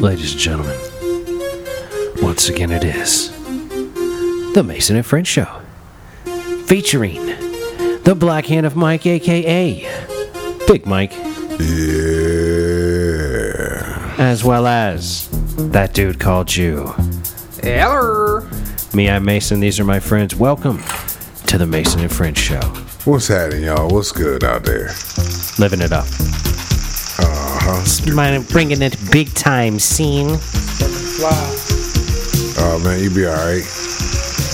Ladies and gentlemen, once again it is the Mason and Friend Show, featuring the Black Hand of Mike, aka Big Mike, Yeah. as well as that dude called you. Eller. Me, I'm Mason. These are my friends. Welcome to the Mason and Friend Show. What's happening, y'all? What's good out there? Living it up. Uh-huh. Mind bringing it big time scene. Wow. Oh, man, you be all right.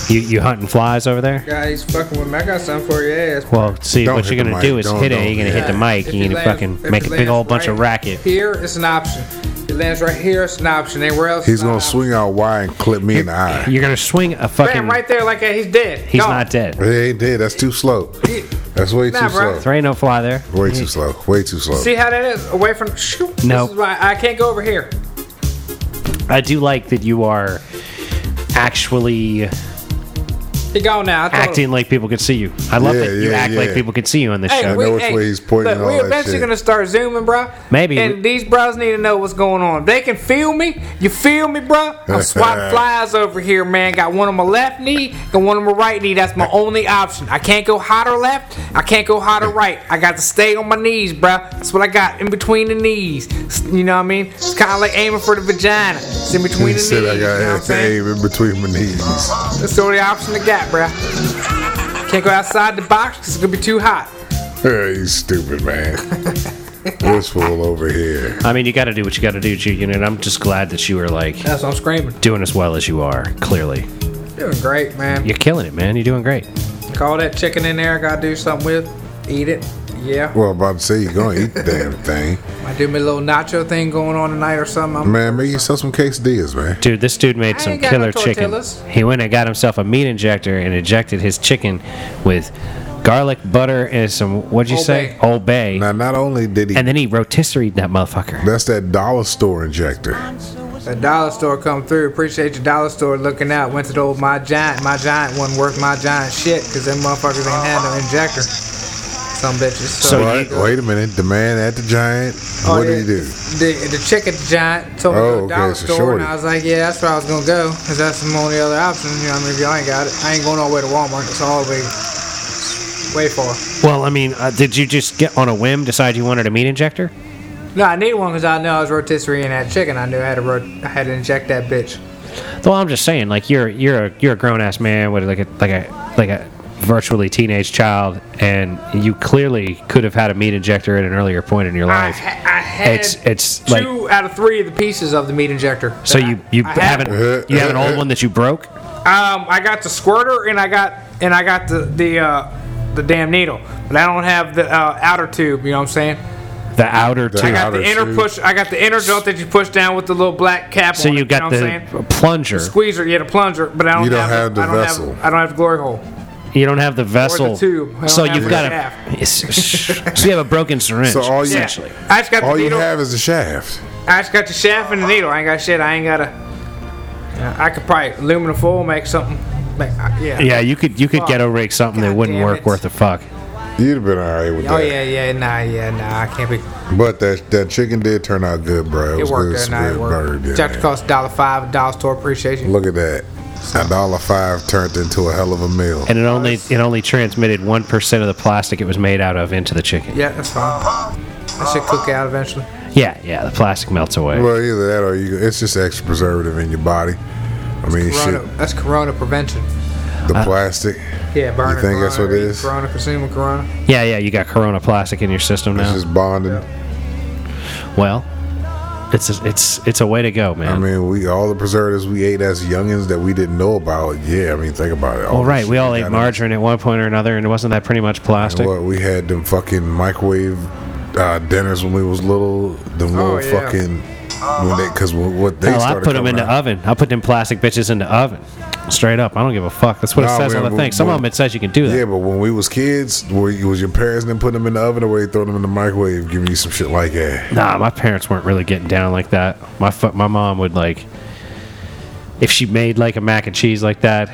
You you hunting flies over there? Guys, fucking with me. I got something for your ass. Well, see, Don't what hit you're gonna the do mic. is Don't- hit don't it. You're gonna hit hit the it. mic. If You're it gonna lands- fucking if make it a big old bunch lands of right racket. Here, it's an option. If It lands right here, it's an option. Anywhere else, He's it's not going an to option. swing out wide and clip me in the eye. You're gonna swing a fucking. Bam, right there, like that. He's dead. He's Gone. not dead. It ain't dead. That's too slow. That's way Nah, too bro. slow. There ain't no fly there. Way too slow. Way too slow. See how that is? Away from. Shoo. No. This is why I can't go over here. I do like that you are actually He gone now. I told acting Him. like people could see you. I love Yeah, that you yeah, act like yeah. people could see you on this Hey, show. we- know which way he's pointing Look, and all we that eventually shit. gonna start zooming, bro. Maybe And we- these bros need to know what's going on. They can feel me. You feel me, bro? I'm swatting flies over here, man. Got one on my left knee, got one on my right knee. That's my only option. I can't go hot or left. I can't go hot or right. I got to stay on my knees, bro. That's what I got in between the knees. S- You know what I mean? It's kind of like aiming for the vagina. It's in between He the said knees. I you know what I'm got to saying? aim in between my knees. That's the only option I got, bro. Can't go outside the box 'cause it's gonna be too hot. Hey, you stupid, man. Wistful over here. I mean, you got to do what you got to do, Julian. And I'm just glad that you are like That's what I'm screaming. doing as well as you are. Clearly, Doing great, man. you're killing it, man. You're doing great. Call that chicken in there. I gotta do something with. Eat it. Yeah. Well, I'm about to say you're going to eat the damn thing. I do me a little nacho thing going on tonight or something. I'm, Man, make yourself some quesadillas, man. Dude, this dude made I some ain't got no killer chicken. tortillas. He went and got himself a meat injector and injected his chicken with garlic butter and some what'd you Old say? Bay. Old Bay. Now, not only did he... And then he rotisserie that motherfucker. That's that dollar store injector. The dollar store come through. Appreciate your dollar store looking out. Went to the old My Giant. My Giant wouldn't work my giant shit because them motherfuckers ain't had no injector. Some bitches. So, But wait a minute, the man at the giant. Oh, what did yeah, he do? The, the chick at the Giant told me Oh, to go to the okay, dollar so store, shorty. and I was like, yeah, that's where I was gonna go because that's the only other option. You know, what I mean, if y'all ain't got it, I ain't going all the way to Walmart. It's all the way, way far. Well, I mean, uh, did you just get on a whim decide you wanted a meat injector? No, I need one because I know I was rotisserie in that chicken. I knew I had to rot- I had to inject that bitch. Well, I'm just saying, like you're you're a you're a grown ass man with like a like a like a virtually teenage child, and you clearly could have had a meat injector at an earlier point in your I, life. ha- I had It's it's like two out of three of the pieces of the meat injector. so that you you I, I had. haven't you have an old one that you broke. Um, I got the squirter and I got and I got the the uh, the damn needle, but I don't have the uh, outer tube. You know what I'm saying? The outer The tube. I got Outer the inner tube. push. I got the inner jolt that you push down with the little black cap. So on you it, got know what I'm saying? the plunger. Squeezer, yeah, the plunger, but I don't, You don't have the I don't vessel. Have, I don't have the glory hole. You don't have the vessel. tube. I don't So have you've the got a. shaft. so you have a broken syringe. So all you, Yeah, I just got all the you needle. have is a shaft. I just got the shaft and the needle. I ain't got shit. I ain't got a. Yeah, I could probably aluminum foil make something. Make, I- yeah. yeah, you could you could Fuck. get a rig something that God wouldn't damn work it. worth a fuck. You'd have been all right with Oh that. yeah, yeah, nah, yeah, nah. I can't be. But that that chicken did turn out good, bro. It, It was worked good, that night. It good worked. bird. yeah, Check man. the cost dollar five dollar store appreciation. Look at that. A dollar five turned into a hell of a meal. And it only it only transmitted one percent of the plastic it was made out of into the chicken. Yeah, that's fine. That should cook out eventually. Yeah, yeah, the plastic melts away. well, either that or you. It's just extra preservative in your body. I mean, shit, Corona, that's Corona prevention. the plastic. Yeah, burning. think that's corona, what it eating is? Corona, consuming Corona. Yeah, yeah, you got Corona plastic in your system It's now. just bonding. well, it's a, it's it's a way to go, man. I mean, we all the preservatives we ate as youngins that we didn't know about. Yeah, I mean, think about it. all this right, shit we all got ate in- margarine at one point or another, and wasn't that pretty much plastic? What we had them fucking microwave uh, dinners when we was little. Them Oh, little yeah. fucking when they because what they Hell, I started put them in the coming out- oven. I put them plastic bitches in the oven, straight up. I don't give a fuck. That's what it Nah, says on man, the but- thing. Some but- of them it says you can do that. Yeah, but when we was kids, were you, was your parents then putting them in the oven or were they throwing them in the microwave, giving you some shit like that? Nah, my parents weren't really getting down like that. My fu- my mom would like if she made like a mac and cheese like that,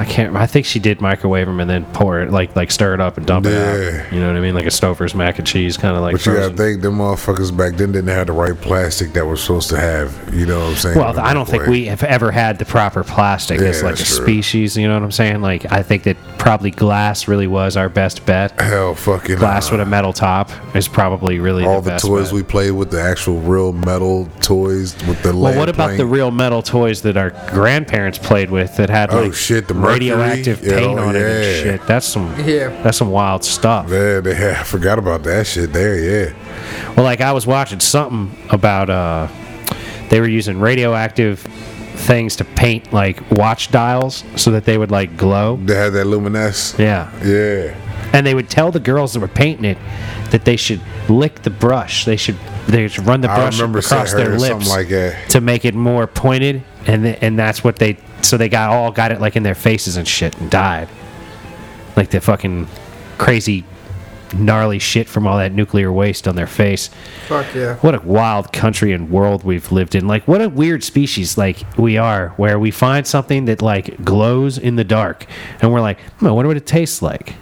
I can't. I think she did microwave them and then pour it like like stir it up and dump it Yeah. out. You know what I mean? Like a Stouffer's mac and cheese kind of like. But you gotta frozen. think them motherfuckers back then didn't have the right plastic that we're supposed to have. You know what I'm saying? Well, I don't think we have ever had the proper plastic Yeah, as like a that's true. species. You know what I'm saying? Like I think that probably glass really was our best bet. Hell, fucking Glass uh, with a metal top is probably really all the, the best toys bet. we played with the actual real metal toys with the. Well, lead what about the paint. real metal toys that our grandparents played with that had Oh, like shit, the mercury? radioactive Yeah, paint oh, on it yeah. and shit? That's some Yeah. that's some wild stuff. Yeah, they had, I forgot about that shit there. Yeah, Well, like I was watching something about uh, they were using radioactive things to paint like watch dials so that they would like glow. they had that luminesce. Yeah, yeah. and they would tell the girls that were painting it that they should lick the brush. They should they should run the I brush remember seeing across her their or lips something like that. to make it more pointed, and th- and that's what they so they got all got it like in their faces and shit and died, like the fucking crazy gnarly shit from all that nuclear waste on their face. Fuck yeah. What a wild country and world we've lived in. Like what a weird species like we are where we find something that like glows in the dark and we're like, hmm, I wonder what it tastes like.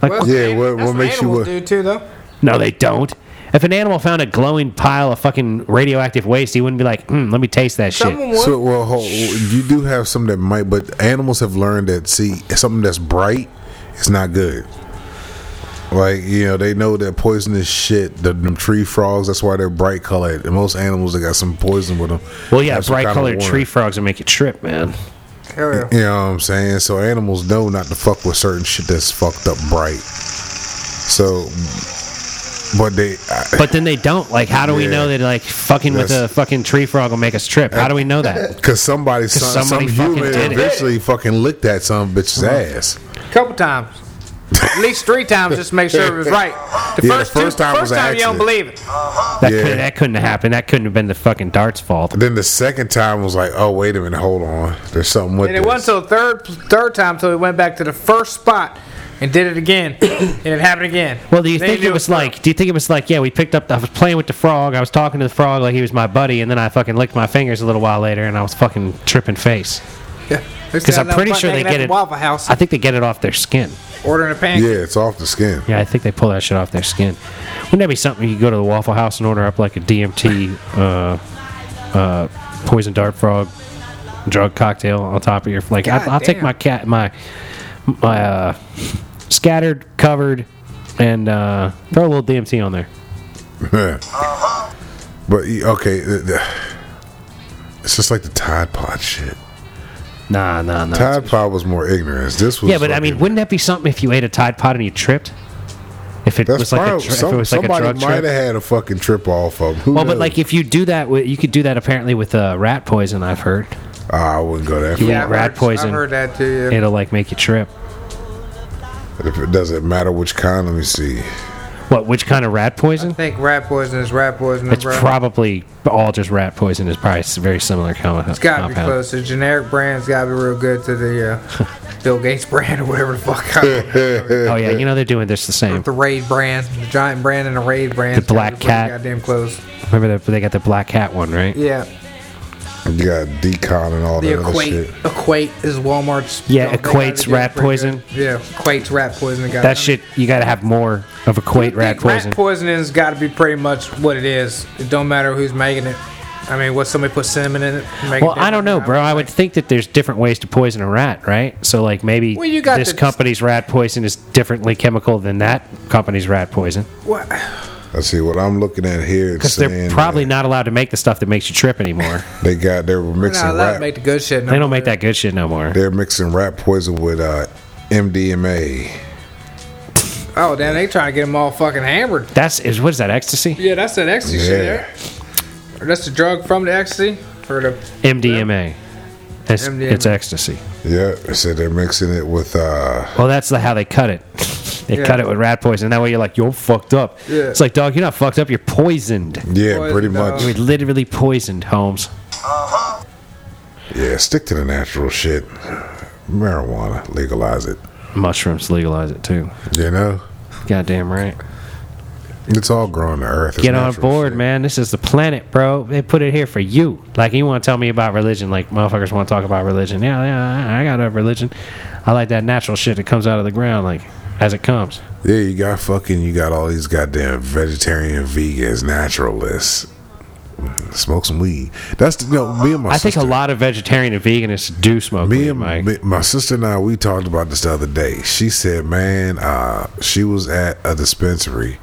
Like Well, Yeah, that's what- that's what makes you animals what- do too though? no, they don't. If an animal found a glowing pile of fucking radioactive waste, he wouldn't be like, hmm, let me taste that Someone shit. would. So, well, hold, you do have some that might, but animals have learned that see something that's bright is not good. Like you know, they know that poisonous shit. The them tree frogs. That's why they're bright colored. And most animals that got some poison with them. Well, yeah, have some bright kind of colored warning. tree frogs will make you trip, man. Hell yeah. You know what I'm saying? So animals know not to fuck with certain shit that's fucked up bright. So, but they I, But then they don't. Like, how do we Yeah. know that, like, fucking with That's- a fucking tree frog will make us trip? How do we know that? Cause somebody, some, somebody some fucking human did it. eventually fucking licked that some bitch's ass. couple times. At least three times just to make sure it was right. The Yeah, the first, first two, time first was an time you don't accident. believe it. That, Yeah. could, that couldn't have happened. That couldn't have been the fucking dart's fault. Then the second time was like, oh wait a minute, hold on, there's something with And it this. wasn't until the third third time until he went back to the first spot and did it again. and it happened again. Well, do you Then think knew it was like? Do you think it was like? Yeah, we picked up. I was playing with the frog. I was talking to the frog like he was my buddy, and then I fucking licked my fingers a little while later, and I was fucking tripping face. Yeah. Because I'm pretty sure they get it. Waffle House I think they get it off their skin. ordering a pancake. yeah, it's off the skin. Yeah, I think they pull that shit off their skin. Wouldn't that be something? You go to the Waffle House and order up like a DMT, uh, uh, poison dart frog, drug cocktail on top of your like. I, God I'll take damn. my cat, my my uh, scattered, covered, and uh, throw a little DMT on there. but you- okay, the- the- it's just like the Tide Pod shit. Nah, nah, nah. Tide Pod was more ignorance. This was Yeah, but I mean, fucking- wouldn't that be something if you ate a Tide Pod and you tripped? If it that's was like probably a, tr- if some- it was like a somebody drug might trip. have had a fucking trip off of. 'em. Who Well, but knows? like if you do that, with, you could do that apparently with uh, rat poison. I've heard Ah, I wouldn't go that far. Yeah, I've rat heard- poison. I've heard that too. Yeah. it'll like make you trip. If it doesn't matter which kind, let me see. What? Which kind of rat I poison? think rat poison is rat poison, It's bro. probably all just rat poison. Is probably s- very similar com- uh, it's gotta be compound. close. The generic brand's gotta be real good to the uh, Bill Gates brand or whatever the fuck. I don't know. Oh yeah, you know they're doing this the same. the Raid brand, the Giant brand, and the Raid brand. The Black Cat. Goddamn close. Remember that they got the black cat one, right? Yeah. You got decon and all The that other shit. Equate, Equate is Walmart's. Yeah, they got Equate's it down rat pretty poison. good. Yeah, Equate's rat poison. they Got That shit, you got to have more of a quate rat poison. Rat poisoning's got to be pretty much what it is. It don't matter who's making it. I mean, what somebody put cinnamon in it? and make it Well, I don't know, different. bro. I would think that there's different ways to poison a rat, right? So, like, maybe Well, you got this the- company's rat poison is differently chemical than that company's rat poison. What? I see what I'm looking at here. Because they're probably not allowed to make the stuff that makes you trip anymore. They got they were They're not mixing allowed to rap. make the good shit. No they don't more. make that good shit no more. They're mixing rat poison with uh, MDMA. Oh damn, they trying to get them all fucking hammered. That's is what is that ecstasy? Yeah, that's that ecstasy Yeah. shit. There. Or That's the drug from the ecstasy for the MDMA. It's, MDMA. it's ecstasy. Yeah, they said they're mixing it with uh, Well, that's the, how they cut it. They Yeah. cut it with rat poison. That way, you're like, you're fucked up. Yeah. It's like, dog, you're not fucked up. You're poisoned. yeah, Poison, pretty dog. much. You're literally poisoned, Holmes. Yeah, stick to the natural shit. Marijuana, legalize it. Mushrooms legalize it too. You know, Goddamn right. It's all growing to earth. It's Get on natural board, shit. man. This is the planet, bro. They put it here for you. Like you want to tell me about religion? Like motherfuckers want to talk about religion? Yeah, yeah. I- I got a religion. I like that natural shit that comes out of the ground, like as it comes. Yeah, you got fucking, you got all these goddamn vegetarian, vegans, naturalists. Smoke some weed. That's the, no, me and my I sister. think a lot of vegetarian and veganists do smoke Me weed, and Mike. me, my sister and I, we talked about this the other day. She said, "Man, uh, she was at a dispensary,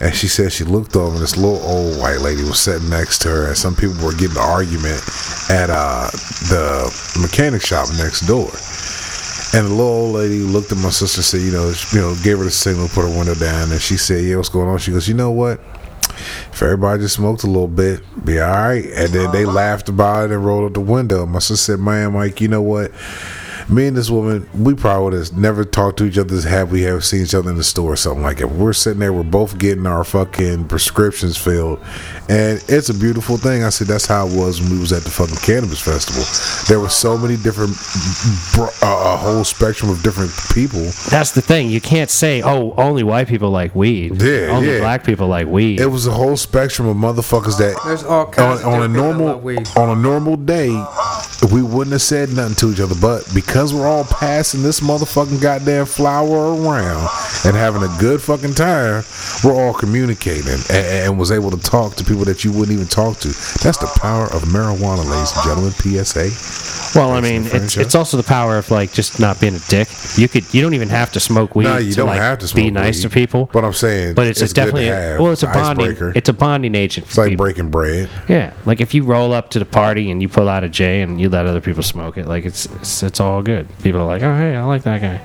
and she said she looked over, and this little old white lady was sitting next to her, and some people were getting an argument at uh, the mechanic shop next door." And the little old lady looked at my sister, said, "You know, she, you know, gave her the signal, put her window down, and she said, "Yeah, what's going on?" She goes, "You know what?" If everybody just smoked a little bit, be all right. And then they laughed about it and rolled up the window. My sister said, "Man, Mike, you know what? me and this woman, we probably would have never talked to each other as had we have seen each other in the store or something like that. We're sitting there, we're both getting our fucking prescriptions filled, and it's a beautiful thing. I said that's how it was when we was at the fucking cannabis festival. There were so many different, bro- uh, a whole spectrum of different people. That's the thing. You can't say, "Oh, only white people like weed." Yeah, only yeah. black people like weed. It was a whole spectrum of motherfuckers that There's all kinds on, on of a different normal little weed. on a normal day we wouldn't have said nothing to each other, but because we're all passing this motherfucking goddamn flower around and having a good fucking time, we're all communicating and, and was able to talk to people that you wouldn't even talk to. That's the power of marijuana, ladies and gentlemen. PSA. well, I mean, it's, franchise. it's also the power of like just not being a dick. You could, you don't even have to smoke weed. No, you to, don't like, have to be smoke nice weed, to people. but I'm saying but it's, it's good to definitely have. well, it's a bonding. Icebreaker. It's a bonding agent. For It's like people. breaking bread. Yeah, like if you roll up to the party and you pull out a J and you let other people smoke it, like it's it's, it's all good. People are like, oh hey, I like that guy.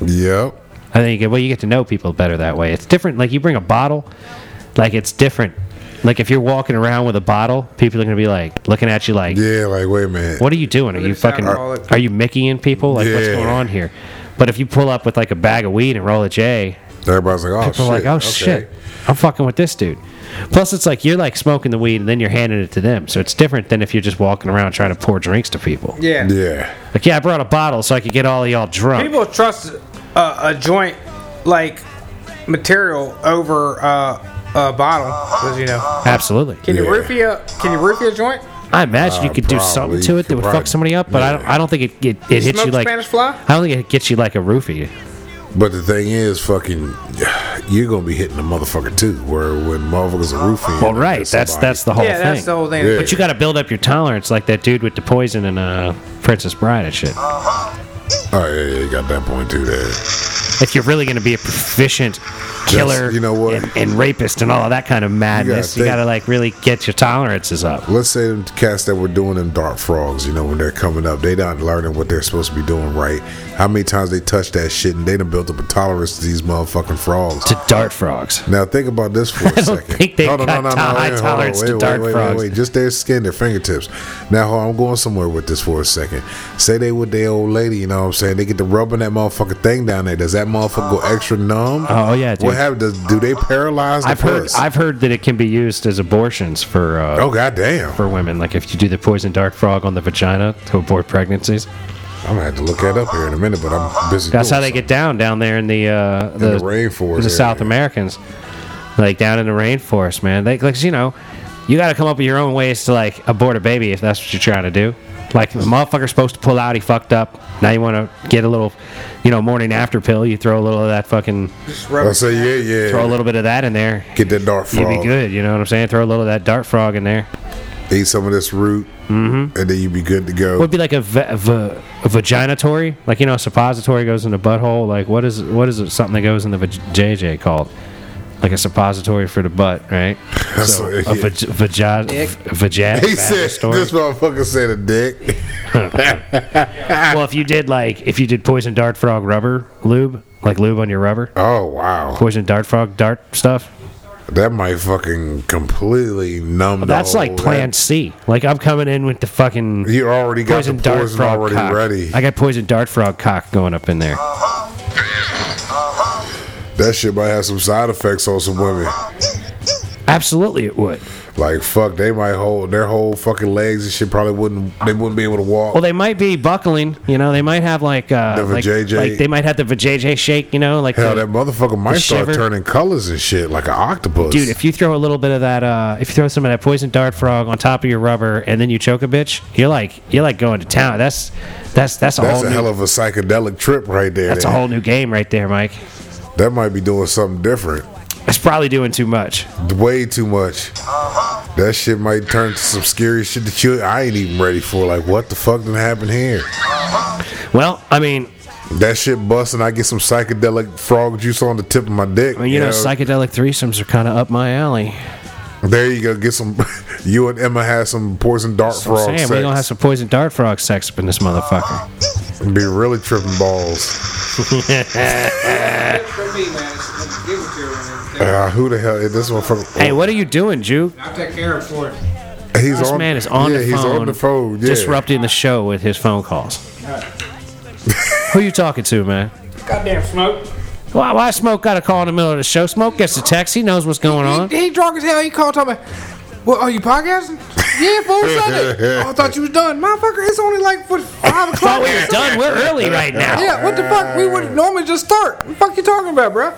Yep. I think well, you get to know people better that way. It's different. Like you bring a bottle, like it's different. Like if you're walking around with a bottle, people are gonna be like looking at you like, Yeah, like wait a minute. "What are you doing? Are you It's fucking? alcoholic. Are you Mickeying people? Like what's Yeah. going on here?" But if you pull up with like a bag of weed and roll a J, Everybody's like, oh people shit. are like, "Oh okay." shit, I'm fucking with this dude." Plus, it's like you're like smoking the weed and then you're handing it to them, so it's different than if you're just walking around trying to pour drinks to people. Yeah. Yeah. Like, yeah, I brought a bottle so I could get all of y'all drunk. People trust uh, a, a joint like material over uh, a bottle, as you know. Absolutely. Can you Yeah. roof your Can you roof your joint? I imagine you could do probably. something to You it that could would probably- fuck somebody up, but I don't. Yeah. I don't think it it, it hits you Smoke like. Spanish fly? I don't think it gets you like a roofie. But the thing is, fucking, you're gonna be hitting the motherfucker too. Where when motherfuckers are roofing, Well, right. That's that's the whole yeah, thing. that's the whole thing. Yeah. but you got to build up your tolerance, like that dude with the poison and uh, Princess Bride and shit. Oh yeah, yeah, you got that point too. There, If you're really going to be a proficient killer, you know what? and, and rapist and all of that kind of madness, you think- got to like really get your tolerances up. let's say them cats that were doing them dark frogs. You know, when they're coming up, they not learning what they're supposed to be doing right. How many times they touch that shit and they done built up a tolerance to these motherfucking frogs. To dart frogs. Now think about this for a don't second. think they Hold on, got no, no, no, high wait, hold on, tolerance to wait, wait, dark wait, frogs. Wait, wait, just their skin, their fingertips. Now hold on, I'm going somewhere with this for a second. Say they with their old lady, you know what I'm saying? They get to rubbing that motherfucking thing down there. Does that motherfucker go extra numb? Oh, yeah, dude. What happened? Does, do they paralyze the I've heard. pus? I've heard that it can be used as abortions for. Uh, oh goddamn! For women, like if you do the poison dart frog on the vagina to abort pregnancies, I'm gonna have to look that up here in a minute, but I'm busy. That's doing how they something. get down down there in the uh, the, the rainforest the area. South Americans, like down in the rainforest, man. They like you know, you got to come up with your own ways to like abort a baby if that's what you're trying to do. Like the motherfucker's supposed to pull out, he fucked up. Now you want to get a little, you know, morning after pill. You throw a little of that fucking, Just rub I it. say yeah, yeah. throw a little bit of that in there. Get that dark You'd be frog. good. You know what I'm saying? Throw a little of that dart frog in there. Eat some of this root, Mm-hmm. and then you be good to go. Would be like a, va- va- a vaginatory, like you know, a suppository goes in the butthole. Like what is what is it, something that goes in the vag- JJ called? Like a suppository for the butt, right? That's so what- a yeah. vag- vagina, Dick. vagina he said, story. "This motherfucker said a dick." Well, if you did like if you did poison dart frog rubber lube, like lube on your rubber, Oh wow. poison dart frog dart stuff. That might fucking completely numb. the That's like whole- Plan C. Like I'm coming in with the fucking You already got poison the dart poison frog already cock. ready. Ah. I got poison dart frog cock going up in there. that shit might have some side effects on some women. Absolutely, it would. Like fuck, they might hold their whole fucking legs and shit. Probably wouldn't. They wouldn't be able to walk. Well, they might be buckling. You know, they might have like uh, The like, vajayjay. like they might have the vajayjay shake. You know, like Hell, the- that motherfucker might the start shiver. turning colors and shit like an octopus. dude. If you throw a little bit of that, uh, if you throw some of that poison dart frog on top of your rubber and then you choke a bitch, you're like you're like going to town. That's that's that's a that's whole a new, hell of a psychedelic trip right there. that's a then. whole new game right there, Mike. That might be doing something different. It's probably doing too much. Way too much. That shit might turn to some scary shit that you I ain't even ready for. Like what the fuck done happened here? Well, I mean, That shit bust and I get some psychedelic frog juice on the tip of my dick. I mean, Oh, you know, psychedelic threesomes are kind of up my alley. There you go. Get some. You and Emma had some poison dart So I'm frog saying sex. we gonna have some poison dart frog sex up in this motherfucker. Be really tripping balls. For me, man, it's, it's give it to her and everything. Uh, who the hell is this motherfucker? Hey, what are you doing, Juke? I'll take care of it for you. He's This man is on yeah, the he's phone. on the phone. Yeah. Disrupting the show with his phone calls. Who you talking to, man? Goddamn smoke. Why, why Smoke got a call in the middle of the show? Smoke gets a text. He knows what's going on. He, he drunk as hell. He called talking about, "What are you podcasting?" yeah, fool Sunday. Oh, I thought you was done, motherfucker. It's only like what five o'clock. Thought we were done. We're early right now. Yeah, what the fuck? We would normally just start. What the fuck you talking about, bro?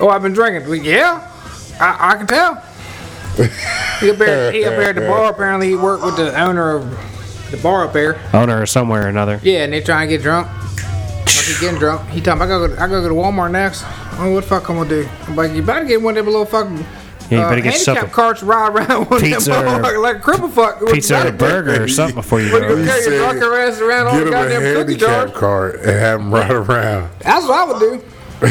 Oh, I've been drinking. Well, yeah, I, I can tell. he up there, he up there at the bar. Apparently, he worked with the owner of the bar up there. Owner or somewhere or another. Yeah, and they trying to get drunk. I keep getting drunk. He talking, I gotta go to, I gotta go to Walmart next. I don't know what the fuck I'm gonna do. I'm like, you better get one of them little fucking Yeah, you uh, better get handicap something. carts to ride around with Pizza them or- motherfucker like a cripple fuck. Pizza or a burger or something before you What you go. gonna carry your drunk ass around all Get the him a goddamn cookie handicap jars? card and have him run around. That's what I would do.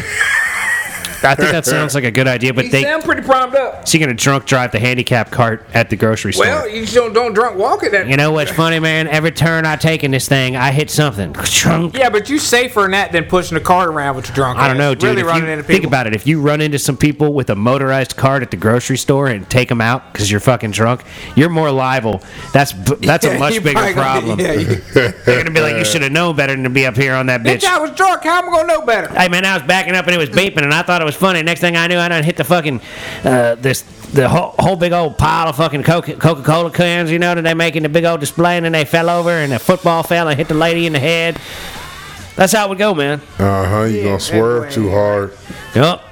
I think that sounds like a good idea, but You they. sound pretty primed up. So you're gonna drunk drive the handicap cart at the grocery store. Well, you just don't, don't drunk walk it. That you know what's funny, man? Every turn I take in this thing, I hit something. Chunk. yeah, but you safer in that than pushing a cart around with your drunk. I don't ass. know, dude. Really If running you- into people. think about it. If you run into some people with a motorized cart at the grocery store and take them out because you're fucking drunk, you're more liable. That's b- that's Yeah, a much you bigger probably gonna- problem. yeah, you- They're gonna be like, you should have known better than to be up here on that bitch. Bitch, I was drunk. How am I gonna know better? Hey man, I was backing up and it was beeping, and I thought it was funny. Next thing I knew, I done hit the fucking uh, this the whole, whole big old pile of fucking Coca Cola cans, you know, that they make in the big old display, and then they fell over, and the football fell and hit the lady in the head. That's how it would go, man. Uh huh. You Yeah, gonna swerve that too way. hard. Yup.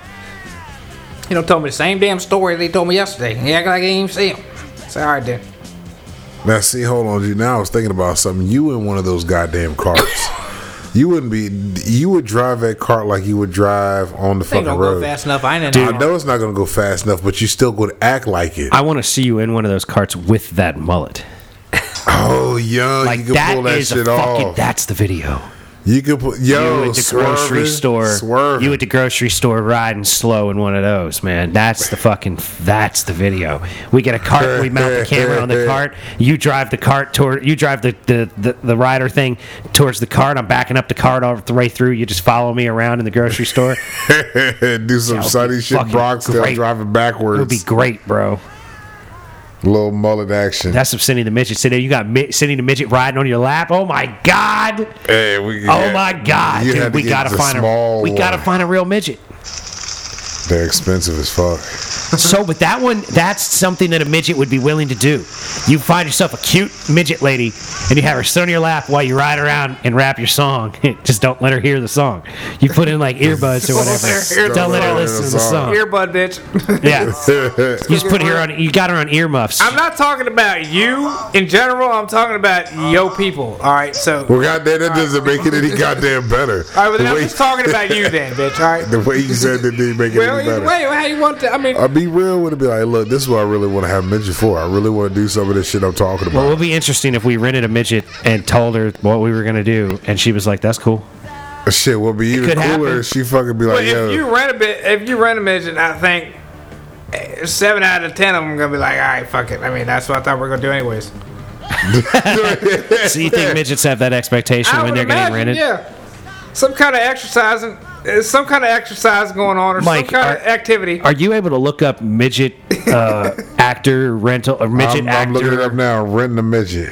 You know, told me the same damn story they told me yesterday. He act like I didn't even see him. Say, all right, then. Now see, hold on. You now I was thinking about something. You in one of those goddamn carts. You wouldn't be. You would drive that cart like you would drive on the They fucking ain't gonna road. go fast enough. I ain't I know it's not gonna go fast enough, but you still gonna act like it. I want to see you in one of those carts with that mullet. oh, yo, Like you can that pull that is a shit fucking. off. That's the video. you can put yo you at the swerving, grocery store. Swerving. You at the grocery store riding slow in one of those, man. That's the fucking. That's the video. We get a cart. We mount the camera on the cart. You drive the cart toward. You drive the the, the the rider thing towards the cart. I'm backing up the cart all the way through. You just follow me around in the grocery store. do some sunny shit. fucking Brock's great. driving it backwards. would be great, bro. Little mullet action. That's some Cindy the midget sitting. there. You got Mi- Cindy the midget riding on your lap. Oh my god. hey, we can Oh get- my god, you had dude. to We get gotta the find a. small We gotta one. find a real midget. They're expensive as fuck. So, but that one, that's something that a midget would be willing to do. You find yourself a cute midget lady and you have her sit on your lap while you ride around and rap your song. Just don't let her hear the song. You put in like earbuds or whatever. don't let her listen to the song. Earbud, bitch. Yeah. You just put her on, you got her on earmuffs. I'm not talking about you in general. I'm talking about yo people. All right, so. All Well, goddamn, that doesn't make it any goddamn better. right, but the, then I'm way, just talking about you then, bitch. All right. the way you said that didn't make it Well, any either better. way, how you want to? I mean, I'll be real with it. Be like, look, this is what I really want to have midget for. I really want to do some of this shit I'm talking Well, it about. would be interesting if we rented a midget and told her what we were going to do and she was like, that's cool. shit would be even could cooler happen. if she fucking be like, but if yo, you rent a bit, if you rent a midget, I think eh, seven out of ten of them gonna be like, all right, fuck it. I mean, that's what I thought we were gonna do anyways. So you think midgets have that expectation I when would they're getting imagine, rented? yeah, some kind of exercising, eh, some kind of exercise going on, or Mike, some kind of are- activity. Are you able to look up midget uh, actor rental or midget I'm, actor? I'm looking it up now, renting a midget.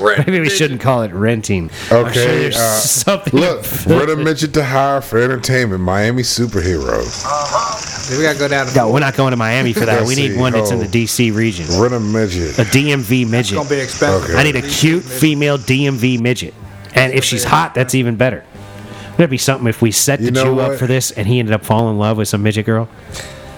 Rent- Maybe we shouldn't call it renting. I'm sure Okay, there's uh, something. Look, rent a midget to hire for entertainment, Miami superhero. Memphis. We gotta go down. To No, we're not going to Miami for that. Let's We need see. one that's in Oh. the D.C. region. Rent a midget. A DMV It's midget. gonna be expensive. Okay. I need a cute female DMV midget. And if she's hot, that's even better. That'd be something if we set the You know Jew up what? for this and he ended up falling in love with some midget girl.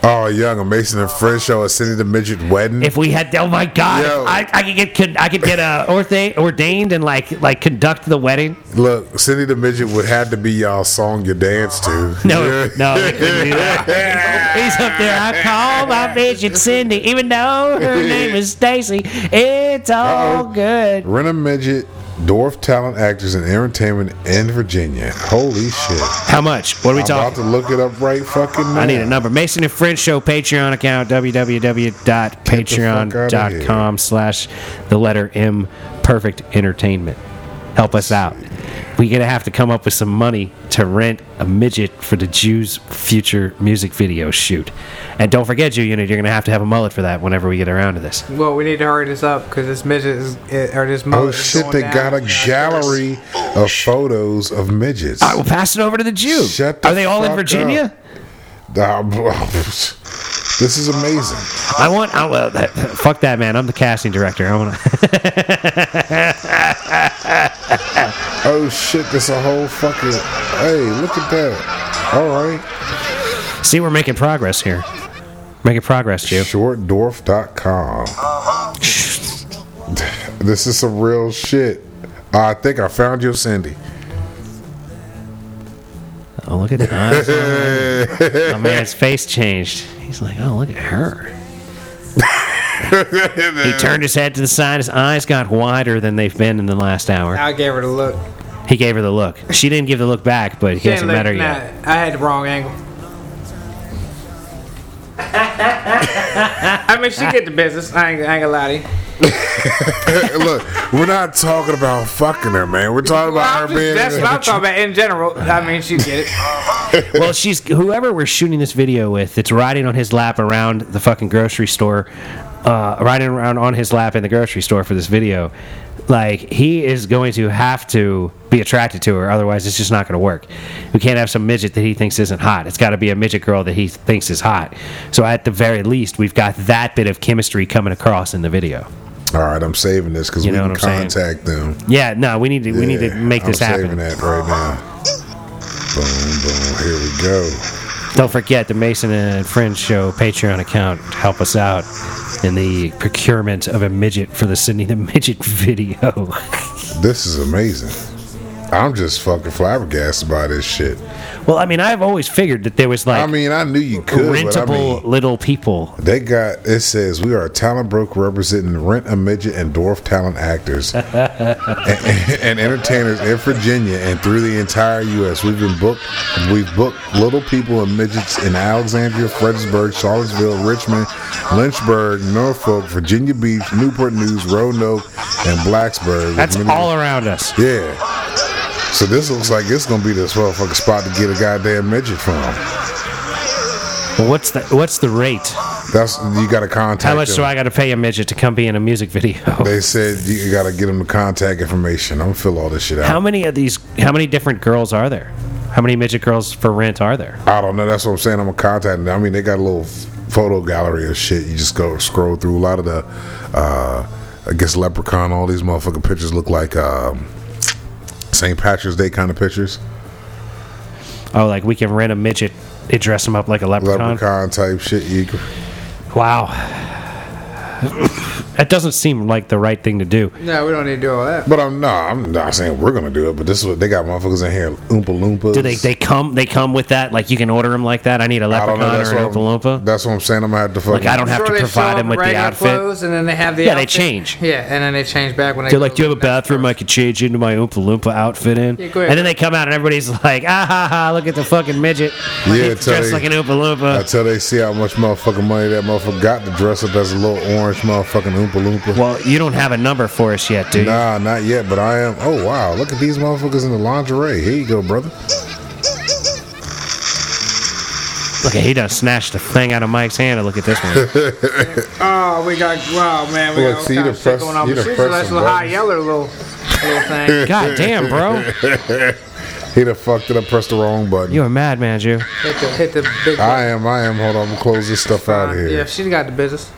Oh, young, a Mason and French show, a Cindy the Midget wedding. If we had, oh my god, Yo. I, I could get con- I could get uh, orthe, ordained and like like conduct the wedding. Look, Cindy the Midget would have to be y'all song you dance to. No, Yeah. no, we couldn't do that. He's up there. I call my midget Cindy, even though her name is Stacy. It's all Uh-oh. good. Rent a midget, dwarf talent actors in entertainment in Virginia. Holy shit! How much? What are we I'm about talking? to look it up right fucking now. I need a number. Mason and French Show Patreon account www.patreon.com slash the letter M Perfect Entertainment. Help us out. We're gonna have to come up with some money to rent a midget for the Jews' future music video shoot. And don't forget, Jew Unit, you're gonna have to have a mullet for that whenever we get around to this. Well, we need to hurry this up because this midget is, it- or this mullet Oh is shit! going They down. got a gallery of photos of midgets. All right, we'll pass it over to the Jew. Shut the Are they all in fuck Virginia? up. Uh, this is amazing. I want. I, well, that, fuck that, man. I'm the casting director. I want to. Oh shit! That's a whole fucking. Hey, look at that. All right. See, we're making progress here. Making progress, Jew. Shortdwarf.com. This is some real shit. I think I found your Cindy. Oh, look at the eyes. oh, man, his face changed. He's like, oh, look at her. he turned his head to the side. His eyes got wider than they've been in the last hour. I gave her the look. He gave her the look. She didn't give the look back, but he hasn't Didn't met her look- yet. nah, I had the wrong angle. I mean, she get the business. I ain't, I ain't gonna lie to you. Look, we're not talking about fucking her, man. We're talking Well, I'm about her just- being. that's what I'm talking about in general. I mean, she get it. well, she's whoever we're shooting this video with. It's riding on his lap around the fucking grocery store, uh, riding around on his lap in the grocery store for this video. Like he is going to have to be attracted to her, otherwise it's just not going to work. We can't have some midget that he thinks isn't hot. It's got to be a midget girl that he thinks is hot. So at the very least, we've got that bit of chemistry coming across in the video. All right, I'm saving this because we You know can what I'm saying? contact them. Yeah, no, we need to we need to Yeah, make this I'm happen. Saving that right now. Boom, boom. Here we go. Don't forget the Mason and Friends Show Patreon account to help us out in the procurement of a midget for the Sydney the Midget video. This is amazing. I'm just fucking flabbergasted by this shit. well, I mean, I've always figured that there was like I mean, I knew you could, but I rentable mean, little people. they got it says we are a talent broker representing rent a midget and dwarf talent actors and, and entertainers in Virginia and through the entire U.S. We've been booked. We've booked little people and midgets in Alexandria, Fredericksburg, Charlottesville, Richmond, Lynchburg, Norfolk, Virginia Beach, Newport News, Roanoke, and Blacksburg. with That's many- all around us. Yeah. So this looks like it's gonna be this motherfucking spot to get a goddamn midget from. Well, what's the what's the rate? That's you got to contact. How much do them. I got to pay a midget to come be in a music video? They said you got to get them the contact information. I'm gonna fill all this shit out. How many of these? How many different girls are there? How many midget girls for rent are there? I don't know. That's what I'm saying. I'm gonna contact them. I mean, they got a little photo gallery of shit. You just go scroll through a lot of the. Uh, I guess leprechaun. All these motherfucking pictures look like um, St. Patrick's Day kind of pictures. Oh, like we can rent a midget. They dress him up like a leprechaun. Leprechaun type shit. You, Wow. that doesn't seem like the right thing to do. No, we don't need to do all that. but I'm not. I'm not saying we're gonna do it. But this is what they got. Motherfuckers in here. Oompa Loompas. Do they, they come they come with that? Like you can order them like that? I need a I leprechaun don't know. That's or an what, Oompa I'm, Loompa? that's what I'm saying. I'm gonna have to fucking. Like I don't have to Sure, they show provide up them with in the regular outfit. Clothes, and then they have the Yeah, they outfit. change. Yeah, and then they change back when they They're go like, do you to have a the next bathroom I could change into my Oompa Loompa outfit in? Yeah, go ahead. And then they come out and everybody's like, ah ha ha, look at the fucking midget. Yeah, He's tell dressed you. like an Oompa Loompa. Until they see how much motherfucking money that motherfucker got to dress up as a little orange motherfucking Oompa Loompa. well, you don't have a number for us yet, do you? Nah, not yet, but I am. Oh, wow. Look at these motherfuckers in the lingerie. Here you go, brother. Look, at he done snatched the thing out of Mike's hand. And look at this one. Oh, we got wow, man, we Look, got all see, kinds the of shit first- going on. you But the she's a first nice one, little high bro. yeller little little thing. God damn, bro. He done fucked it up, pressed the wrong button. You're a madman, Jew. Hit the hit the big. I am, I am. Hold on, I'm gonna close this stuff out here. Yeah, she got the business.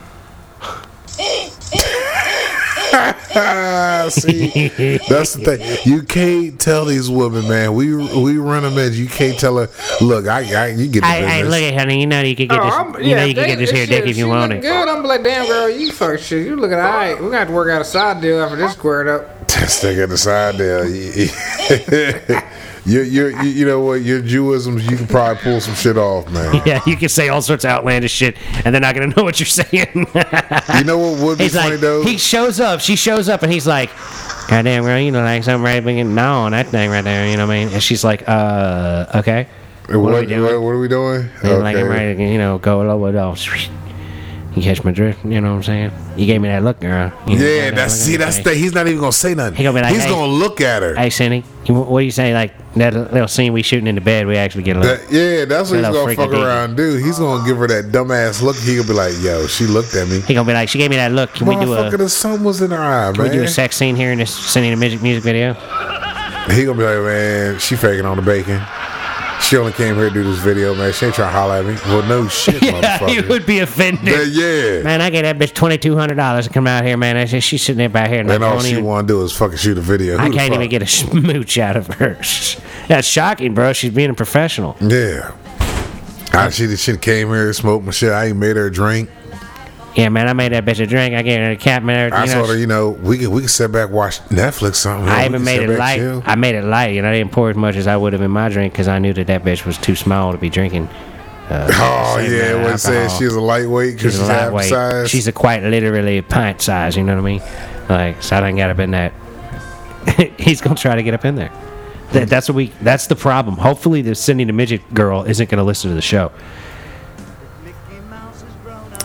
Ah, see, that's the thing. You can't tell these women, man. We we run them as you can't tell her. Look, I, I you get the Hey, hey, business. look at honey. You know you can get Oh, this. you know you can get this here dick if you want it. Good, I'm like, damn girl, you fuck shit. You looking alright? We're gonna have to work out a side deal after this squared up. This nigga the side there. you you you you know what? Your Jewisms, you can probably pull some shit off, man. Yeah, you can say all sorts of outlandish shit, and they're not gonna know what you're saying. You know what would be he's funny like, though? he shows up, she shows up, and he's like, "God damn, girl, you look like something right big and no, on that thing right there." You know what I mean? And she's like, "Uh, okay." what what, are we what, doing? what, are we doing? And Like I'm ready to, you know, go low with all. You catch my drift? You know what I'm saying? You gave me that look, girl. You know, Yeah, that that's look see, at that's me. the. He's not even gonna say nothing. He gonna be like, he's hey. gonna look at her. Hey, Cindy, you, what do you say? Like that little scene we shooting in the bed, we actually get a look. That- yeah, that's what he's Hello, gonna fuck freaky around and do. He's gonna give her that dumbass look. He gonna be like, "Yo, she looked at me." He gonna be like, she gave me that look. Can we do a Motherfucker, the sun was in her eye, we do a man. sex scene here in this Cindy the music music video? He gonna be like, man, she faking on the bacon. She only came here to do this video, man. She ain't trying to holler at me. Well, no shit, Yeah, he motherfucker. would be offended. yeah, yeah. Man, I gave that bitch twenty two hundred dollars to come out here, man. I said she's sitting there back here, and I And all don't she even. want to do is fucking shoot a video. Who I the can't fuck? even get a smooch out of her. That's shocking, bro. She's being a professional. Yeah. I, she she came here, smoked my shit. I ain't made her a drink. Yeah, man, I made that bitch a drink. I gave her a cap, man. I you know, told her, you know, we can we can sit back, watch Netflix, something. I We even can made sit it back, light. chill. I made it light, and I didn't pour as much as I would have in my drink because I knew that that bitch was too small to be drinking. Oh Same yeah, amount of what it said alcohol. she's a lightweight because She's she's, a half lightweight. size. She's a quite literally a pint size. You know what I mean? Like, so I done got up in that. He's gonna try to get up in there. That, that's what we. That's the problem. Hopefully, the Cindy the midget girl isn't gonna listen to the show.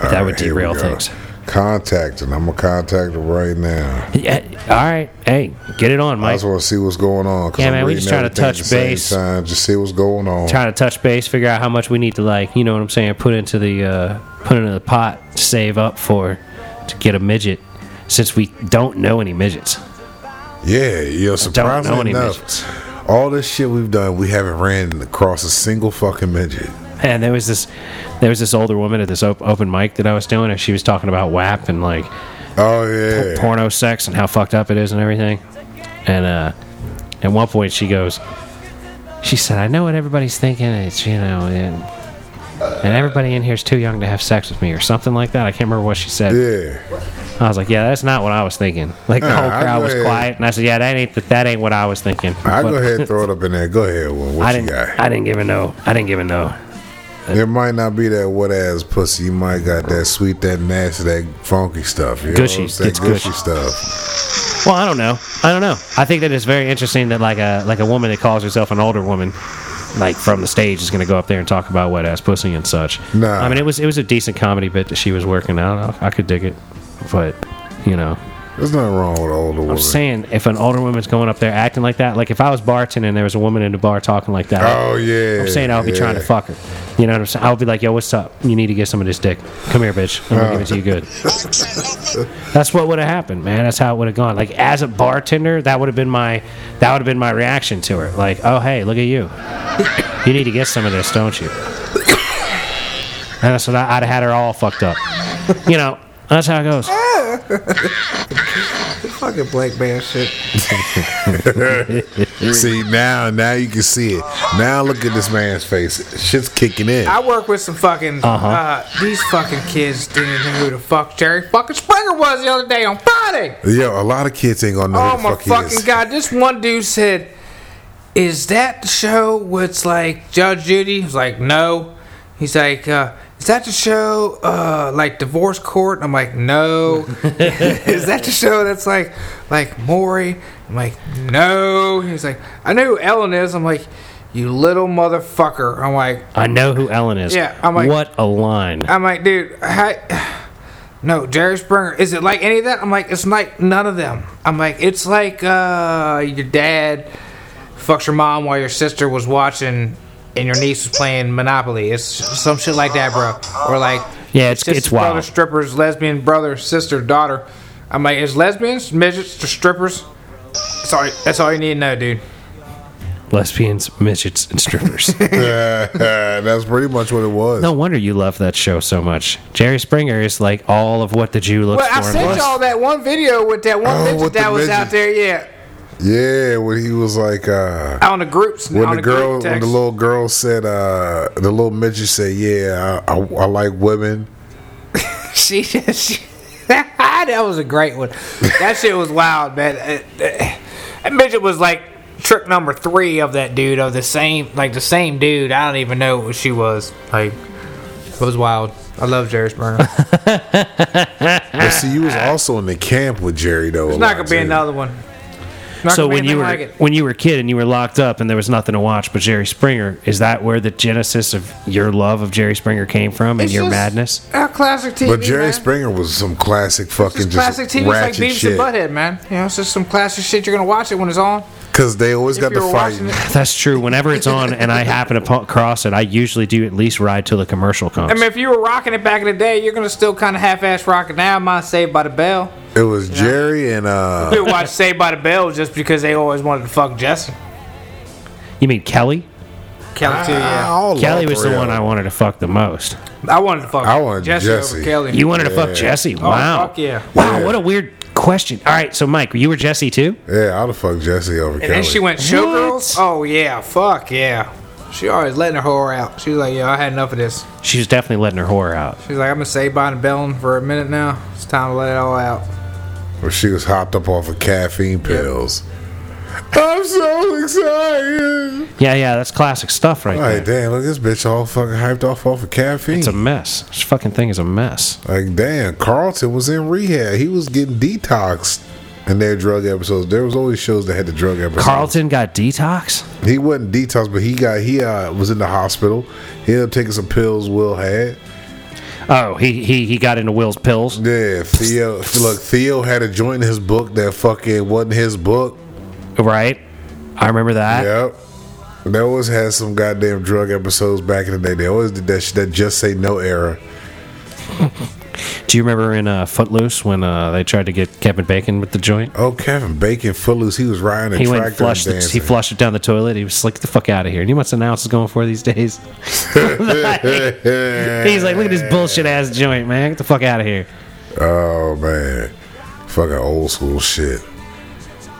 All that would here we derail go. things. Contact her. I'm gonna contact her right now. Yeah, all right, hey, get it on, I Mike. just want to see what's going on. 'cause Yeah, I'm man, we reading just trying to everything at touch the same base. Time, just see what's going on. Trying to touch base, figure out how much we need to like, you know what I'm saying? Put into the uh, put into the pot, to save up for to get a midget, since we don't know any midgets. yeah, you know, Don't know surprisingly any enough, midgets. all this shit we've done, we haven't ran across a single fucking midget. And there was this, there was this older woman at this op- open mic that I was doing, and she was talking about WAP and like Oh yeah, porno sex and how fucked up it is and everything. And uh, at one point, she goes, she said, "I know what everybody's thinking. It's you know, and, and everybody in here is too young to have sex with me or something like that. I can't remember what she said. yeah. I was like, yeah, that's not what I was thinking. Like the Yeah, whole I crowd go was ahead. quiet, and I said, yeah, that ain't that ain't what I was thinking. I But go ahead and throw it up in there. Go ahead, well, what I you didn't. got? I didn't give a no. I didn't give a no. It might not be that wet ass pussy. You might got that sweet, that nasty, that funky stuff. You know Gushy. what I'm saying? It's gushy. stuff. Well, I don't know. I don't know. I think that it's very interesting that like a like a woman that calls herself an older woman, like from the stage, is going to go up there and talk about wet ass pussy and such. Nah. I mean it was it was a decent comedy bit that she was working out. I, I could dig it, but you know, There's nothing wrong with an older woman. I'm saying if an older woman's going up there acting like that, like if I was bartending and there was a woman in the bar talking like that. Oh yeah. I'm saying I'll be trying to fuck her. You know what I'm saying? I'll be like, yo, what's up? You need to get some of this dick. Come here, bitch. I'm gonna give it to you good. That's what would have happened, man. That's how it would have gone. Like as a bartender, that would have been my that would have been my reaction to her. Like, oh hey, look at you. You need to get some of this, don't you? And that's what I, I'd have had her all fucked up. You know, that's how it goes. Fucking black man shit. See now, now you can see it. Now look at this man's face. Shit's kicking in. I work with some fucking Uh-huh. uh these fucking kids didn't know who the fuck Jerry fucking Springer was the other day on Friday. Yo, a lot of kids ain't gonna know Oh who the my fuck he fucking is. god! This one dude said, "Is that the show with like Judge Judy?" He's like, "No." He's like, uh, "Is that the show uh, like Divorce Court?" I'm like, "No." Is that the show that's like like Maury? I'm like, "No." He's like, "I know who Ellen is." I'm like, "You little motherfucker!" I'm like, I know who Ellen is. Yeah, I'm like- what a line. I'm like, dude, I, no, Jerry Springer. Is it like any of that? I'm like, it's like none of them. I'm like, it's like uh, your dad fucks your mom while your sister was watching and your niece was playing Monopoly. It's some shit like that, bro. Or like, Yeah, it's- sister's it's wild. Brother, strippers, lesbian, brother, sister, daughter. I'm like, it's lesbians, midgets, to strippers. Sorry, that's all you need to know, dude. lesbians, midgets, and strippers. That's pretty much what it was. no wonder you love that show so much. Jerry Springer is like all of what the Jew looks Well, I for. in sent life. y'all that one video with that one Oh, midget with the that was midget. out there. Yeah, Yeah, when he was like, uh, on the groups. when on the girl, group when the text. little girl said, uh, the little midget said, "Yeah, I, I, I like women." she just she, that was a great one. That shit was wild, man. Uh, uh, That midget was like trick number three of that dude of the same like the same dude. I don't even know what she was. Like it was wild. I love Jerry Springer. But see, you was also in the camp with Jerry though. There's not gonna be another one. Not So gonna be when you anything were like it. when you were a kid and you were locked up and there was nothing to watch but Jerry Springer, is that where the genesis of your love of Jerry Springer came from and It's your just madness? a classic TV. But Jerry man. Springer was some classic It's fucking just classic just TV. It's ratchet like Beavis shit. and Butthead, man. You know, it's just some classic shit. You're gonna watch it when it's on. Because they always got you the were fight. watching it. That's true. Whenever it's on and I happen to pa- cross it, I usually do at least ride till the commercial comes. I mean, if you were rocking it back in the day, you're gonna still kind of half-ass rock it now. Mine Saved by the Bell. It was Jerry and uh, People watch Saved by the Bell just because they always wanted to fuck Jesse. you mean Kelly? Kelly too, yeah. all of Kelly was the them. one I wanted to fuck the most. I wanted to fuck Ah, I wanted Jesse, Jesse. over Kelly. You wanted to fuck Yeah. Jesse? Oh, Wow. fuck yeah. Wow, Yeah. what a weird question. All right, so Mike, you were Jesse too? Yeah, I'd have fucked Jesse over and Kelly. then she went showgirls. Oh yeah, fuck yeah. She always letting her whore out. She was like, yo, I had enough of this. She was definitely letting her whore out. She's like, I'm gonna say by the bell for a minute now. It's time to let it all out. Where she was hopped up off of caffeine pills. I'm so excited. Yeah, yeah, that's classic stuff right All right, there. damn, look, this bitch all fucking hyped off off of caffeine. It's a mess. This fucking thing is a mess. like, damn, Carlton was in rehab. He was getting detoxed in their drug episodes. There was always shows that had the drug episodes. Carlton got detox? He wasn't detoxed, but he got he uh, was in the hospital. He ended up taking some pills Will had. Oh, he he, he got into Will's pills. Yeah, Theo. Look, Theo had a joint in his book that fucking wasn't his book. Right? I remember that. Yep. They always had some goddamn drug episodes back in the day. They always did that shit, that just say no era. Do you remember in uh, Footloose when uh, they tried to get Kevin Bacon with the joint? Oh, Kevin Bacon, Footloose, he was riding a He went tractor and flushed and it. He dancing. flushed it down the toilet. He was like, "Get the fuck out of here!" And you know what Announce is going for these days? He's like, "Look at this bullshit ass joint, man! Get the fuck out of here!" oh man, fucking old school shit.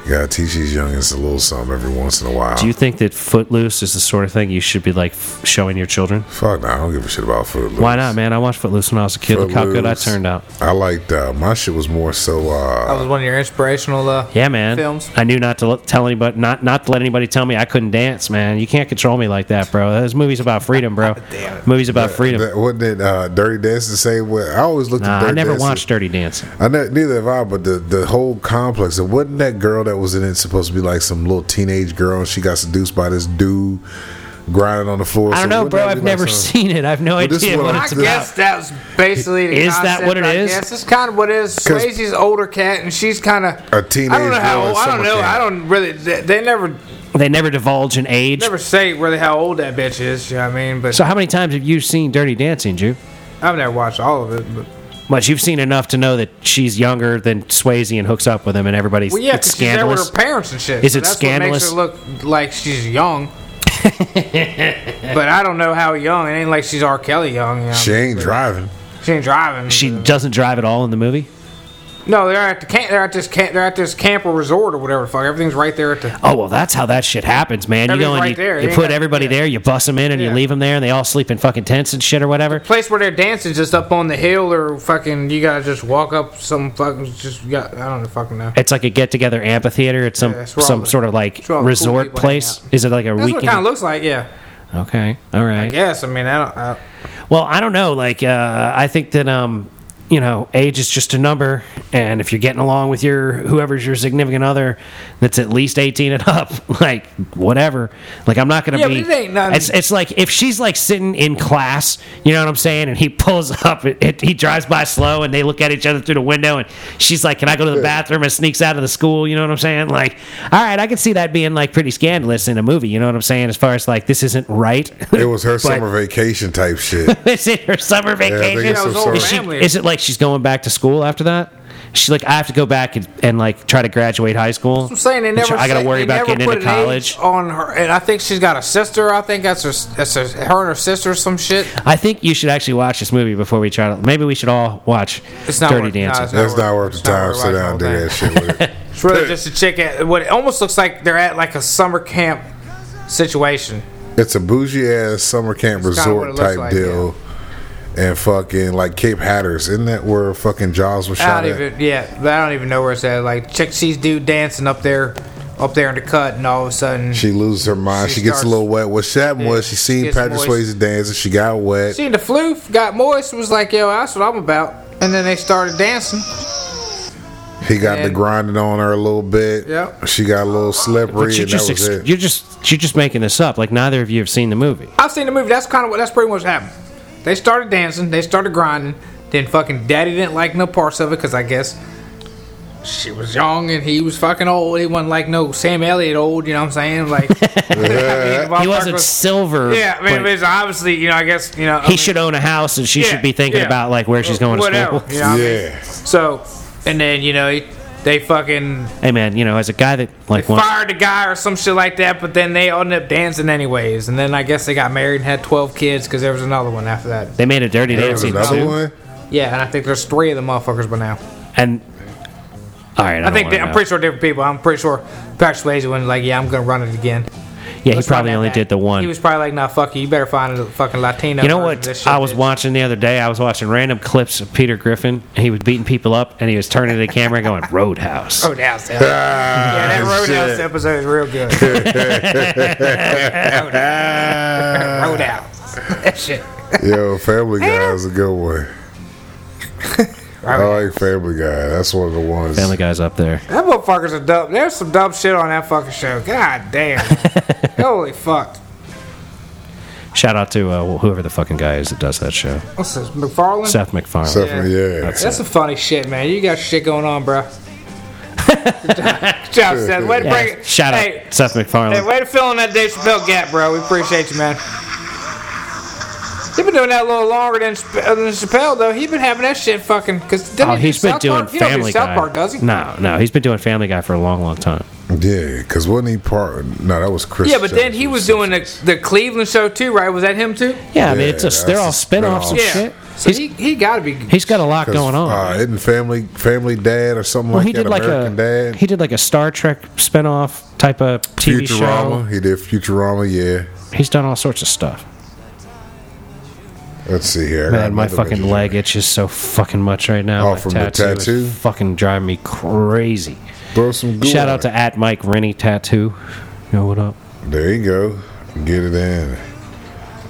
You gotta teach these youngins a little something every once in a while. Do you think that Footloose is the sort of thing you should be like f- showing your children? Fuck, nah, I don't give a shit about Footloose. Why not, man? I watched Footloose when I was a kid. Look how good I Footloose. turned out. I liked uh, my shit was more so. That uh was one of your inspirational. Uh, Yeah, man. Films. I knew not to let, tell anybody, not not to let anybody tell me I couldn't dance, man. You can't control me like that, bro. This movie's about freedom, bro. Damn it. Movies about freedom. that, Wasn't it uh, Dirty Dancing the same way? I always looked Nah, at Dirty I never Dancing. watched Dirty Dancing. I know, neither have I, but the, the whole complex. And wasn't that girl that was in it supposed to be like some little teenage girl and she got seduced by this dude grinding on the floor? I So don't know, wouldn't bro. that be I've like never some- seen it. I have no But this is idea what what I'm- it's I about. guess that was basically the Is that what it it is? I is? Guess. It's kind of what it is. 'Cause- Swayze's older cat, and she's kind of A teenage I don't know how girl in old. I don't summer know. camp. I don't really. They, they never They never divulge an age. never say really how old that bitch is. You know what I mean? But So how many times have you seen Dirty Dancing, Drew? I've never watched all of it. But But you've seen enough to know that she's younger than Swayze and hooks up with him, and everybody's well, yeah, it's 'cause she's there with scandalous. her parents and shit. Is it that's scandalous? What makes her look like she's young. but I don't know how young. It ain't like she's R. Kelly young. You know? She ain't driving. She ain't driving. She doesn't drive at all in the movie. No, they're at the camp. They're at this camp. They're at this camper resort or whatever. the Fuck, everything's right there at the. Oh well, that's how that shit happens, man. You go Everything's and right you, there. It you ain't put got- everybody yeah. there, you bust them in, and you Yeah. leave them there, and they all sleep in fucking tents and shit or whatever. Place where they're dancing just up on the hill, or fucking, you gotta just walk up some fucking, just you got, I don't know, fucking know. It's like a get together amphitheater. It's some Yeah, it's where all some the- sort of like where all the cool resort people hang place. out. Is it like a That's what it kind of weekend? looks like, yeah. okay, all right. Yes, I mean, I don't, I, Well, I don't know. Like, uh, I think that um, you know, age is just a number, and if you're getting along with your whoever's your significant other, that's at least 18 and up. Like, whatever. Like, I'm not gonna Yeah, be. but it ain't nothing. It's it's like if she's like sitting in class, you know what I'm saying, and he pulls up, it, it, he drives by slow, and they look at each other through the window, and she's like, "Can I go to the bathroom?" and sneaks out of the school. You know what I'm saying? Like, all right, I can see that being like pretty scandalous in a movie. You know what I'm saying? As far as like this isn't right. It was her summer vacation type shit. Is it her summer I think vacation? it's Yeah, it some was all sort is, of- she, family. is it like she's going back to school after that? She's like, I have to go back and, and like try to graduate high school. I'm saying they And never. I got say- to worry they about never getting put into an age college. on her, and I think she's got a sister. I think that's her. That's her, her and her sister. or Some shit. I think you should actually watch this movie before we try to. Maybe we should all watch It's not Dirty worth- nah, Dancing. it's That's not worth the It's not time. worth Sit watching down and do the whole that shit with it. It's really just a chick at what it almost looks like they're at like a summer camp situation. It's a bougie ass summer camp It's kinda resort what it looks type like, deal. And fucking like Cape Hatters. Isn't that where fucking Jaws was I shot don't at? even. Yeah, but I don't even know where it's at. Like chick sees dude dancing up there, up there in the cut, and all of a sudden she She loses her mind. She, She gets a starts- little wet. What she happened was she seen gets Patrick moist. Swayze dancing. She got wet. seen the floof, got moist, was like, "Yo, that's what I'm about." And then they started dancing. he got the and- grinding on her a little bit. Yep. She got a little But slippery, you're and that just was ex- it. you're just you're just making this up. Like neither of you have seen the movie. I've seen the movie. That's kind of what. That's pretty much happened. They started dancing. They started grinding. Then fucking daddy didn't like no parts of it because I guess she was young and he was fucking old. He wasn't like no Sam Elliott old. You know what I'm saying? Like He wasn't silver. Yeah, I mean, but it's obviously you know. I guess you know. I he mean, should own a house, and she yeah, should be thinking yeah. about like where she's going Whatever. to school. You know what I mean? yeah. So, and then you know he- they fucking Hey man, you know, as a guy that like wants fired the guy or some shit like that. But then they ended up dancing anyways. And then I guess they got married and had twelve kids because there was another one after that. They made a dirty There was dancing another too. one. Yeah, and I think there's three of the motherfuckers by now. And all right, I, I think they, I'm pretty sure different people. I'm pretty sure Patrick Swayze was like, "Yeah, I'm gonna run it again." sure. Yeah, he Let's run probably that only back. did the one. He was probably like, "Nah, fuck you. You better find a fucking Latino." you know version of this what? shit, I was bitch." watching the other day. I was watching random clips of Peter Griffin. And he was beating people up, and he was turning to the camera, and going "Roadhouse." Roadhouse. yeah. Yeah, that Ah, Roadhouse shit. episode is real good. Ah. Roadhouse. That shit. Yo, Family Guy is a good one. I like Family Guy. That's one of the ones. Family Guy's up there. That motherfucker's a dumb. There's some dumb shit on that fucking show. God damn. Holy fuck. Shout out to uh, whoever the fucking guy is that does that show. What's this, McFarlane? Seth MacFarlane. Definitely, yeah. That's That's some funny shit, man. You got shit going on, bro. Good job, Seth. Way to Yeah, bring it. shout out hey, Seth MacFarlane. Hey, way to fill in that Dave Chappelle gap, bro. We appreciate you, man. You've been doing that a little longer than, Sp- uh, than Chappelle, though. He's been having that shit fucking. Cause didn't oh, he do he's been South doing Park? He don't do Family South Guy. Park, does he? No, no, he's been doing Family Guy for a long, long time. Yeah, because wasn't he part? No, that was Chris. Yeah, but then Jones. he was doing the, the Cleveland show too, right? Was that him too? Yeah, I mean, it's Yeah, a, they're all that's a spin-offs and Yeah. spin-off. Oh, shit. So he's, he, he got to be. he's got a lot 'Cause, going on. Uh, isn't Family Family Dad or something Well, like he that? did like American a Dad. he did like a Star Trek spinoff type of TV Futurama. show. He did Futurama. Yeah. He's done all sorts of stuff. Let's see here. I got Man, my another fucking picture. leg itches so fucking much right now. Oh, My from the is tattoo? fucking driving me crazy. Throw some. Goo Shout on out to it. at Mike Rennie Tattoo. Yo, what up? There you go. Get it in.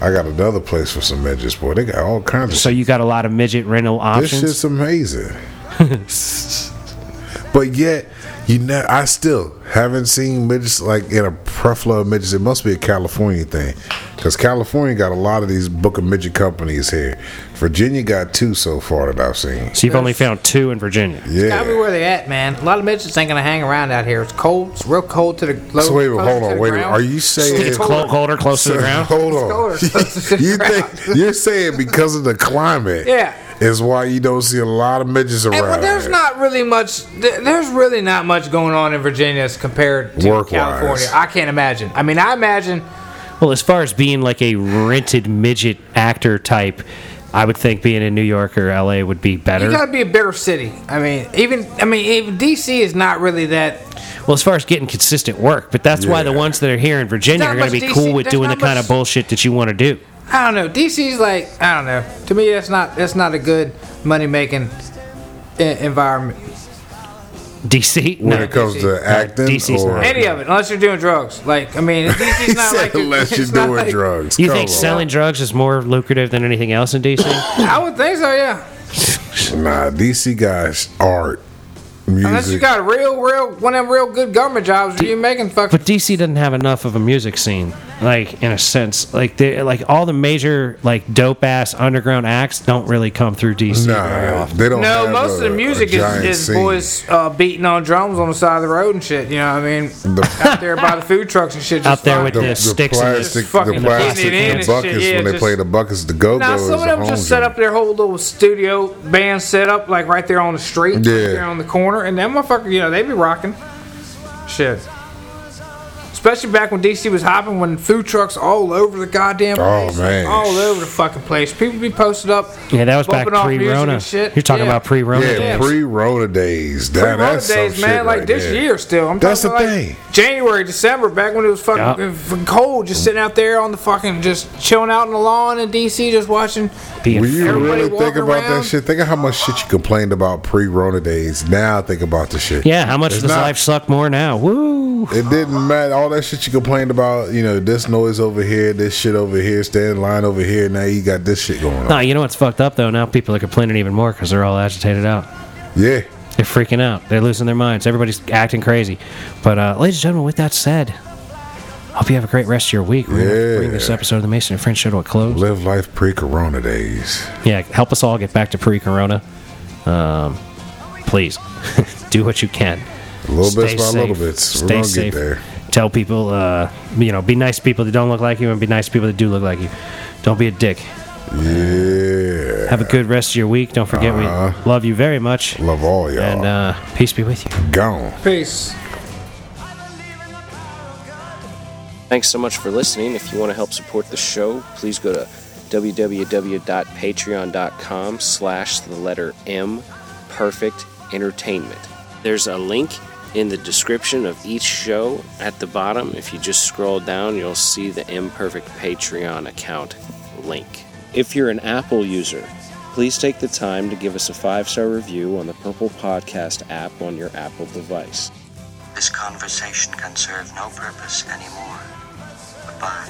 I got another place for some edges, boy. They got all kinds of. So you got a lot of midget rental This options. shit's amazing. but yet, you know, I still haven't seen midgets like in a prefla of midgets. It must be a California thing, because California got a lot of these book of midget companies here. Virginia got two so far that I've seen. so you've only found two in Virginia. Gotta be Yeah. where they at, man. A lot of midgets ain't gonna hang around out here. It's cold. It's real cold to the. Low, So wait, close hold to on, the wait. a minute. ground. Are you saying It's clo- colder, close to the ground. Hold on. It's colder, close to the you ground. think you're saying because of the climate? Yeah. Is why you don't see a lot of midgets around. Hey, well, there's here. not really much. th- There's really not much going on in Virginia as compared to Work-wise. California. I can't imagine. I mean, I imagine. Well, as far as being like a rented midget actor type, I would think being in New York or LA would be better. You gotta be a bigger city. I mean, even I mean, even DC is not really that. well, as far as getting consistent work, but that's why the Yeah. ones that are here in Virginia Not are going much to be DC cool with there's doing the not kind of much- bullshit that you want to do. I don't know. DC's like I don't know. To me, that's not that's not a good money making environment. DC? when No. it comes to acting DC's or not. Any of it, unless you're doing drugs. Like I mean, He DC's not said, like unless you're it's not doing like- drugs. You Come think on. selling drugs is more lucrative than anything else in DC? I would think so. Yeah. Nah, DC guys art, Unless you music. got a real, real one of them real good government jobs, where you making fucking. but DC doesn't have enough of a music scene. like in a sense like they like all the major like dope ass underground acts don't really come through DC very Nah, often. they don't. No, have most a- of the music a giant is, is scene. boys uh, beating on drums on the side of the road and shit. You know what I mean? out there by the food trucks and shit. Just Out there with The, Yeah, the sticks and just plastic, fucking the plastic, putting it in and and the shit, buckets yeah, when they just- play the buckets, the go Now go's. some of them just set up their whole little studio band set up like right there on the street, right Yeah. there on the corner, and that motherfucker, you know, they be rocking. Shit. Especially back when DC was hopping, when food trucks all over the goddamn Oh, place, man. all over the fucking place. People be posted up. Yeah, that was back bumping off music pre-Rona. and shit. You're talking Yeah. about pre-Rona Yeah, days. pre-Rona days. That, Pre that's some days, shit man. Like right this there. year, still. I'm That's talking the about, thing. like, January, December, back when it was fucking Yup. fucking cold, just sitting out there on the fucking, just chilling out on the lawn in DC, just watching. Being When you free. really Everybody think walking about around. that shit, think of how much shit you complained about pre-Rona days. Now think about the shit. yeah, how much It's does not- life suck more now? Woo! It didn't matter. All that shit you complained about, you know, this noise over here, this shit over here, stand in line over here. Now you got this shit going on. No, you know what's fucked up though? Now people are complaining even more because they're all agitated out. Yeah. They're freaking out. They're losing their minds. Everybody's acting crazy. But, uh, ladies and gentlemen, with that said, hope you have a great rest of your week. We're going to bring this Yeah. episode of the Mason and French Show to a close. Live life pre-Corona days. yeah, help us all get back to pre-corona. Um, please do what you can. A little Stay bits by safe. little bits. We're Stay gonna safe. get there. Tell people, uh, you know, be nice to people that don't look like you, and be nice to people that do look like you. Don't be a dick. Yeah. Uh-huh. Have a good rest of your week. Don't forget, we love you very much, Love all y'all. and uh, peace be with you. Gone. Peace. Thanks so much for listening. If you want to help support the show, please go to www.patreon.com slash the letter M Perfect Entertainment. There's a link in the description of each show at the bottom. If you just scroll down, you'll see the Imperfect Patreon account link. If you're an Apple user, please take the time to give us a five-star review on the Purple Podcast app on your Apple device. This conversation can serve no purpose anymore. Goodbye.